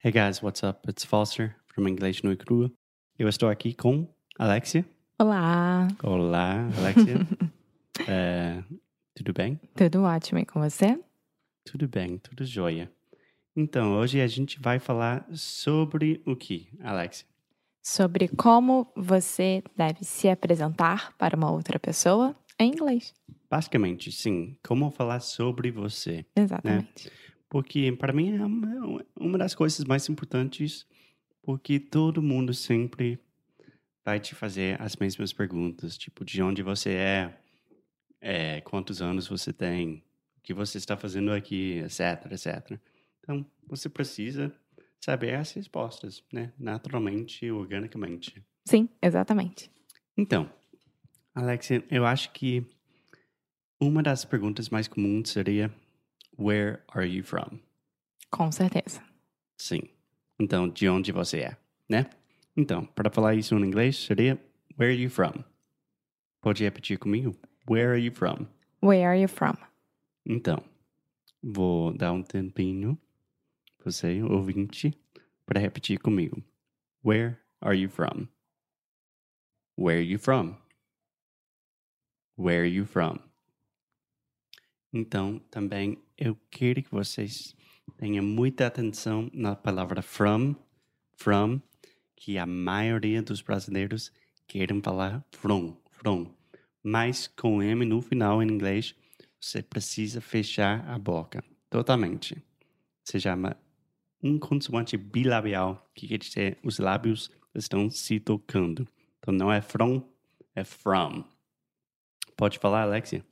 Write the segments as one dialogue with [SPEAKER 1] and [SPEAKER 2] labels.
[SPEAKER 1] Hey guys, what's up? It's Foster from Inglês no e Crua. Eu estou aqui com Alexia.
[SPEAKER 2] Olá,
[SPEAKER 1] Olá, Alexia. É, tudo bem?
[SPEAKER 2] tudo ótimo e com você?
[SPEAKER 1] Tudo bem, tudo jóia. Então, hoje a gente vai falar sobre o que, Alexia?
[SPEAKER 2] Sobre como você deve se apresentar para uma outra pessoa em inglês.
[SPEAKER 1] Basicamente, sim, como falar sobre você.
[SPEAKER 2] Exatamente.
[SPEAKER 1] Porque para mim é uma, uma das coisas mais importantes, porque todo mundo sempre vai te fazer as mesmas perguntas, tipo de onde você é, é, quantos anos você tem, o que você está fazendo aqui, etc, etc. Então você precisa saber as respostas, né? Naturalmente e organicamente.
[SPEAKER 2] Sim, exatamente.
[SPEAKER 1] Então, Alex, eu acho que uma das perguntas mais comuns seria Where are you from?
[SPEAKER 2] Com certeza.
[SPEAKER 1] Sim. Então, de onde você é, né? Então, para falar isso em inglês, seria Where are you from? Pode repetir comigo? Where are you from?
[SPEAKER 2] Where are you from?
[SPEAKER 1] Então, vou dar um tempinho, você, ouvinte, para repetir comigo. Where are you from? Where are you from? Where are you from? Então, também eu quero que vocês tenham muita atenção na palavra from, from, que a maioria dos brasileiros querem falar from, from. Mas com M no final em inglês, você precisa fechar a boca totalmente. Se chama um consoante bilabial, que quer dizer os lábios estão se tocando. Então não é from, é from. Pode falar, Alexia?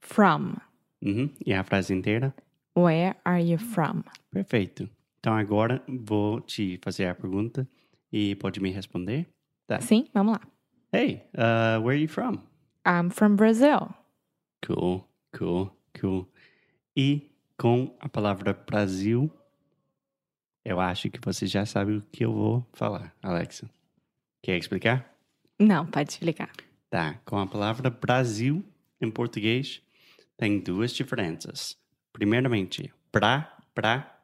[SPEAKER 2] From.
[SPEAKER 1] Uhum. E a frase inteira?
[SPEAKER 2] Where are you from?
[SPEAKER 1] Perfeito. Então agora vou te fazer a pergunta e pode me responder. Tá.
[SPEAKER 2] Sim, vamos lá.
[SPEAKER 1] Hey, uh, where are you from?
[SPEAKER 2] I'm from Brazil.
[SPEAKER 1] Cool, cool, cool. E com a palavra Brasil, eu acho que você já sabe o que eu vou falar, Alexa. Quer explicar?
[SPEAKER 2] Não, pode explicar.
[SPEAKER 1] Tá. Com a palavra Brasil em português, tem duas diferenças. Primeiramente, pra, pra.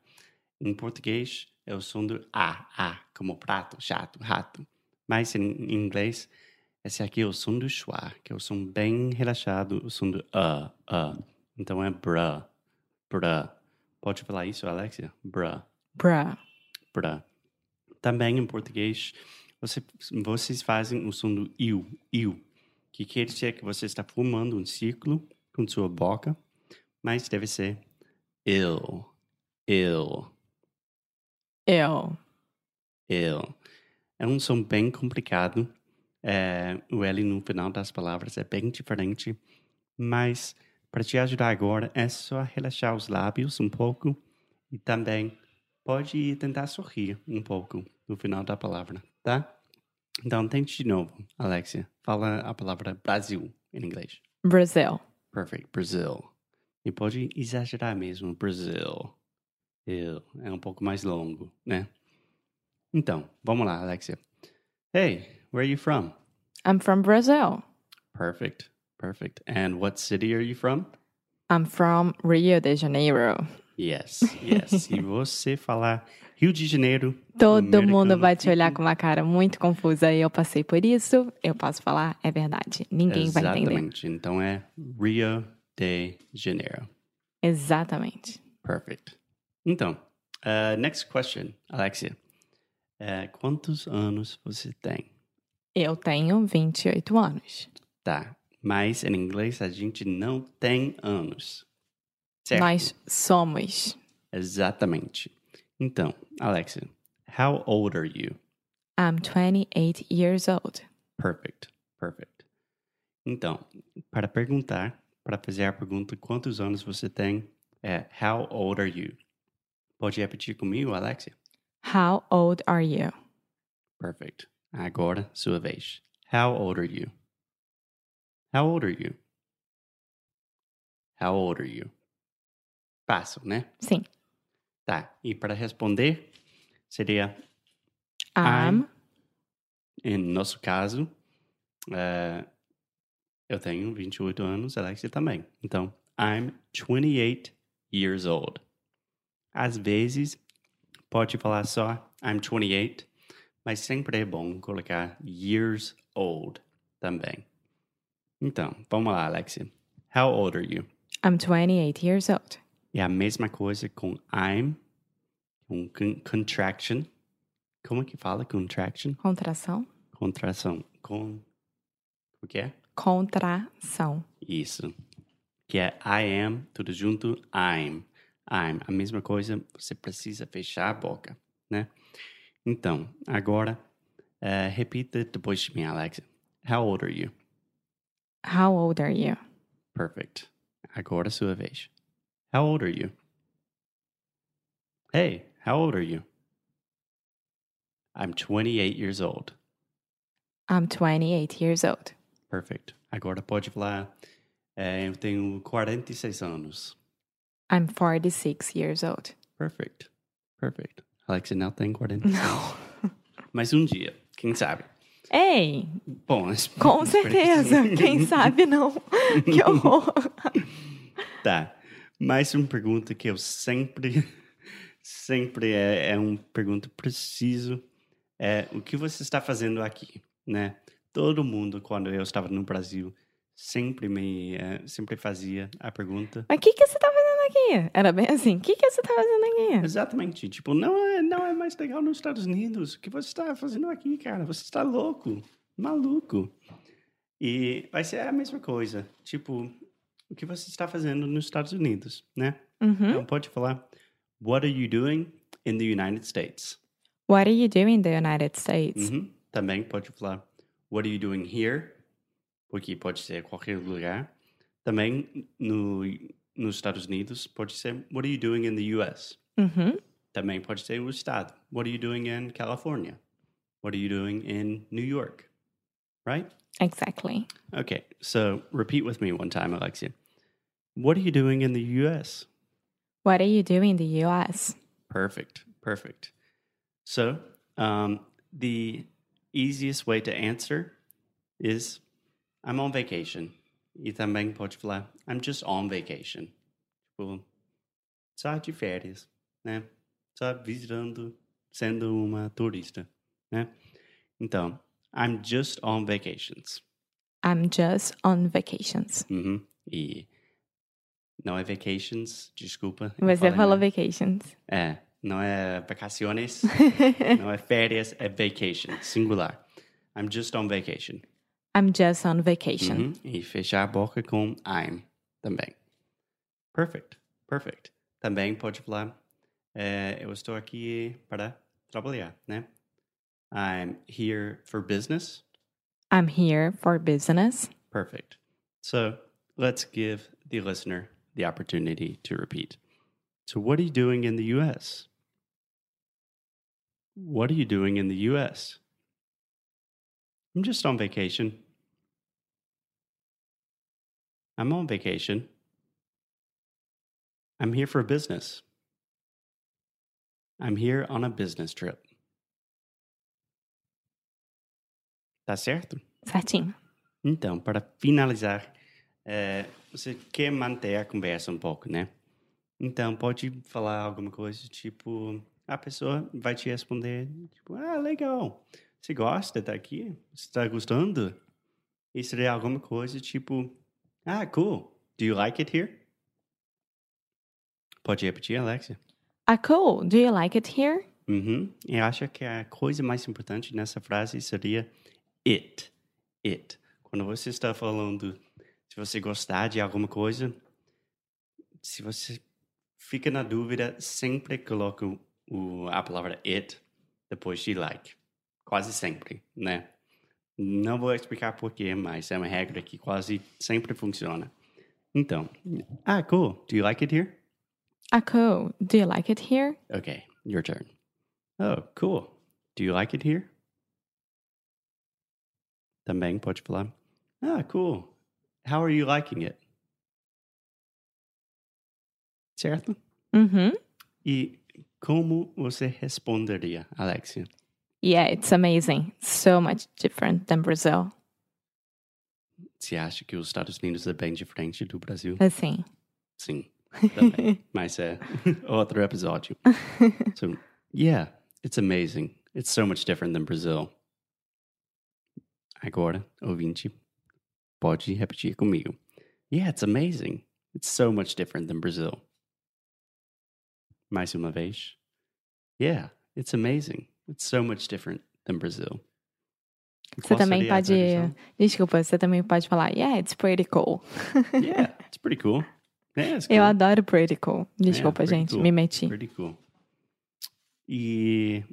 [SPEAKER 1] Em português, é o som do a, a, como prato, chato, rato. Mas em em inglês, esse aqui é o som do schwa, que é o som bem relaxado, o som do a, a. Então é bra, bra. Pode falar isso, Alexia? Bra
[SPEAKER 2] Bruh.
[SPEAKER 1] pra. Também em português, você, vocês fazem o som do iu, iu, que quer dizer que você está formando um círculo com sua boca, mas deve ser eu, eu,
[SPEAKER 2] Eu.
[SPEAKER 1] eu. É um som bem complicado. É, o L no final das palavras é bem diferente, mas para te ajudar agora é só relaxar os lábios um pouco e também pode tentar sorrir um pouco no final da palavra, tá? Então tente de novo, Alexia. Fala a palavra Brasil em inglês.
[SPEAKER 2] Brazil.
[SPEAKER 1] Perfect, Brazil. E pode exagerar mesmo, Brazil. Eu, é um pouco mais longo, né? Então, vamos lá, Alexia. Hey, where are you from?
[SPEAKER 2] I'm from Brazil.
[SPEAKER 1] Perfect, perfect. And what city are you from?
[SPEAKER 2] I'm from Rio de Janeiro.
[SPEAKER 1] Yes, yes. e você falar Rio de Janeiro.
[SPEAKER 2] Todo
[SPEAKER 1] americano
[SPEAKER 2] mundo vai te
[SPEAKER 1] fica-
[SPEAKER 2] olhar com uma cara muito confusa e eu passei por isso. Eu posso falar, é verdade. Ninguém vai entender.
[SPEAKER 1] Exatamente. Então é Rio de Janeiro.
[SPEAKER 2] Exatamente.
[SPEAKER 1] Perfect. Então, uh, next question, Alexia. Uh, quantos anos você tem?
[SPEAKER 2] Eu tenho 28 anos.
[SPEAKER 1] Tá. Mas em inglês a gente não tem anos.
[SPEAKER 2] Nós somos.
[SPEAKER 1] Exatamente. Então, Alexia, how old are you?
[SPEAKER 2] I'm 28 years old.
[SPEAKER 1] Perfect, perfect. Então, para perguntar, para fazer a pergunta quantos anos você tem, é how old are you? Pode repetir comigo, Alexia?
[SPEAKER 2] How old are you?
[SPEAKER 1] Perfect. Agora, sua vez. How old are you? How old are you? How old are you? Fácil, né?
[SPEAKER 2] Sim.
[SPEAKER 1] Tá. E para responder, seria
[SPEAKER 2] I'm,
[SPEAKER 1] I'm- Em nosso caso, eh, eu tenho 28 anos, Alexia também. Então, I'm 28 years old. Às vezes, Pode falar só I'm 28, mas sempre é bom colocar years old também. Então, vamos lá, Alexia. How old are you?
[SPEAKER 2] I'm 28 years old.
[SPEAKER 1] É a mesma coisa com I'm, com con- contraction. Como que fala contraction?
[SPEAKER 2] Contração?
[SPEAKER 1] Contração. Com. O que é?
[SPEAKER 2] Contração.
[SPEAKER 1] Isso. Que é I am, tudo junto, I'm. I'm. A mesma coisa, você precisa fechar a boca, né? Então, agora, eh, repita depois de mim, Alexa. How old are you?
[SPEAKER 2] How old are you?
[SPEAKER 1] Perfect. Agora sua vez. How old are you? Hey, how old are you? I'm 28 years old.
[SPEAKER 2] I'm 28 years old.
[SPEAKER 1] Perfect. Agora pode falar. eh, eu tenho 46 anos.
[SPEAKER 2] I'm 46 years old.
[SPEAKER 1] Perfect. Perfect. Alexa não tem 40.
[SPEAKER 2] Não.
[SPEAKER 1] Mas um dia, quem sabe?
[SPEAKER 2] Ei,
[SPEAKER 1] Bom, espero
[SPEAKER 2] com
[SPEAKER 1] que
[SPEAKER 2] certeza.
[SPEAKER 1] sim.
[SPEAKER 2] Quem sabe não. Que horror.
[SPEAKER 1] Tá. Mais uma pergunta que eu sempre, sempre é, é uma pergunta preciso. É o que você está fazendo aqui, né? Todo mundo, quando eu estava no Brasil, sempre me, eh, sempre fazia a pergunta.
[SPEAKER 2] Mas o que, que você tá fazendo aqui? Era bem assim. O que, que você tá fazendo aqui?
[SPEAKER 1] Exatamente. Tipo, não é, não é mais legal nos Estados Unidos. O que você está fazendo aqui, cara? Você está louco, maluco. E vai ser a mesma coisa. Tipo, o que você está fazendo nos Estados Unidos, né?
[SPEAKER 2] Uhum.
[SPEAKER 1] Então pode falar, what are you doing in the United States?
[SPEAKER 2] What are you doing in the United States?
[SPEAKER 1] Uhum. Também pode falar, what are you doing here? Porque pode ser qualquer lugar. Também no, nos Estados Unidos pode ser, what are you doing in the US?
[SPEAKER 2] Uhum.
[SPEAKER 1] Também pode ser o estado. What are you doing in California? What are you doing in New York? Right?
[SPEAKER 2] Exactly.
[SPEAKER 1] Okay, so repeat with me one time, Alexia. What are you doing in the US?
[SPEAKER 2] What are you doing in the US?
[SPEAKER 1] Perfect, perfect. So, um, the easiest way to answer is I'm on vacation. E também pode falar, I'm just on vacation. Tipo, só de férias, né? Só visitando, sendo uma turista, né? Então, I'm just on vacations.
[SPEAKER 2] I'm just on vacations.
[SPEAKER 1] Uhum. E não é vacations, desculpa. eu
[SPEAKER 2] Você
[SPEAKER 1] falei
[SPEAKER 2] falou
[SPEAKER 1] mal.
[SPEAKER 2] vacations.
[SPEAKER 1] É, não é vacaciones, não é férias, é vacation, singular. I'm just on vacation.
[SPEAKER 2] I'm just on vacation.
[SPEAKER 1] Uhum, E fechar a boca com I'm também. Perfect, perfect. Também pode falar, eh, eu estou aqui para trabalhar, né? I'm here for business.
[SPEAKER 2] I'm here for business.
[SPEAKER 1] Perfect. So let's give the listener the opportunity to repeat. So, what are you doing in the US? What are you doing in the US? I'm just on vacation. I'm on vacation. I'm here for business. I'm here on a business trip. Tá certo?
[SPEAKER 2] Certinho.
[SPEAKER 1] Então, para finalizar, eh, você quer manter a conversa um pouco, né? Então, pode falar alguma coisa, tipo, a pessoa vai te responder, tipo, ah, legal, você gosta daqui? Você está gostando? E seria alguma coisa, tipo, ah, cool, do you like it here? Pode repetir, Alexia?
[SPEAKER 2] Ah, cool. Do you like it here?
[SPEAKER 1] Uhum. Eu acho que a coisa mais importante nessa frase seria it. It. Quando você está falando se você gostar de alguma coisa, se você fica na dúvida, sempre coloca o- o, a palavra it depois de like. Quase sempre, né? Não vou explicar porquê, mas é uma regra que quase sempre funciona. Então, ah, cool. Do you like it here?
[SPEAKER 2] Ah, cool. Do you like it here?
[SPEAKER 1] Okay, your turn. Oh, cool. Do you like it here? Também pode falar. Ah, cool. How are you liking it? Certo?
[SPEAKER 2] Mm-hmm.
[SPEAKER 1] E como você responderia, Alexia?
[SPEAKER 2] Yeah, it's amazing. So much different than Brazil.
[SPEAKER 1] Você acha que os Estados Unidos é bem diferente do Brasil?
[SPEAKER 2] Assim.
[SPEAKER 1] Sim, também. Mas é outro episódio. So, Yeah, it's amazing. It's so much different than Brazil. Agora, ouvinte, pode repetir comigo. Yeah, it's amazing. It's so much different than Brazil. Mais uma vez. Yeah, it's amazing. It's so much different than Brazil.
[SPEAKER 2] Você
[SPEAKER 1] Qual
[SPEAKER 2] também
[SPEAKER 1] seria a
[SPEAKER 2] pode.
[SPEAKER 1] tradução?
[SPEAKER 2] Desculpa, você também pode falar, yeah, it's pretty cool.
[SPEAKER 1] Yeah, it's pretty cool. Yeah, it's cool.
[SPEAKER 2] Eu adoro pretty cool. Desculpa,
[SPEAKER 1] é. pretty
[SPEAKER 2] gente,
[SPEAKER 1] cool.
[SPEAKER 2] me meti.
[SPEAKER 1] Pretty cool. E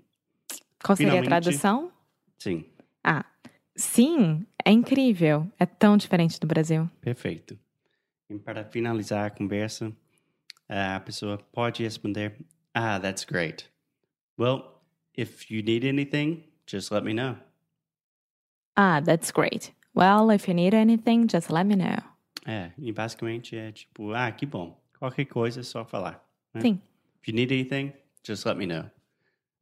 [SPEAKER 2] Qual seria
[SPEAKER 1] Finalmente.
[SPEAKER 2] a tradução?
[SPEAKER 1] sim,
[SPEAKER 2] Ah, sim, é incrível. É tão diferente do Brasil.
[SPEAKER 1] perfeito. E para finalizar a conversa, a pessoa pode responder: Ah, that's great. Well, if you need anything, just let me know.
[SPEAKER 2] Ah, that's great. Well, if you need anything, just let me know.
[SPEAKER 1] É, e basicamente é tipo: Ah, que bom. Qualquer coisa é só falar. né?
[SPEAKER 2] Sim.
[SPEAKER 1] If you need anything, just let me know.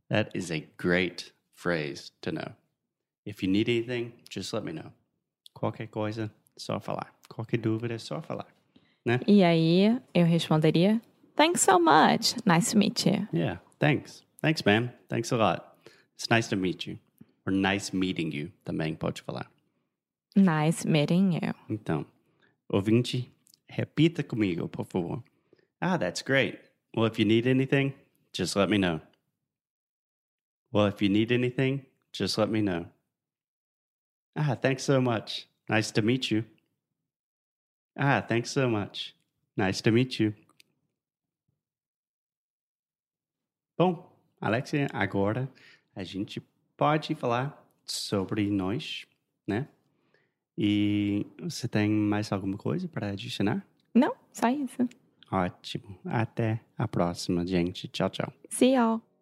[SPEAKER 1] That is a great phrase to know. If you need anything, just let me know. Qualquer coisa, só falar. Qualquer dúvida, é só falar. Né?
[SPEAKER 2] E aí eu responderia, thanks so much. Nice to meet you.
[SPEAKER 1] Yeah, thanks. Thanks, man. Thanks a lot. It's nice to meet you. Or nice meeting you também pode falar.
[SPEAKER 2] Nice meeting you.
[SPEAKER 1] Então, ouvinte, repita comigo, por favor. Ah, that's great. Well, if you need anything, just let me know. Well, if you need anything, just let me know. Ah, thanks so much. Nice to meet you. Ah, thanks so much. Nice to meet you. Bom, Alexia, agora a gente pode falar sobre nós, né? E você tem mais alguma coisa para adicionar?
[SPEAKER 2] Não, só isso.
[SPEAKER 1] Ótimo. Até a próxima, gente. Tchau, tchau.
[SPEAKER 2] See y'all.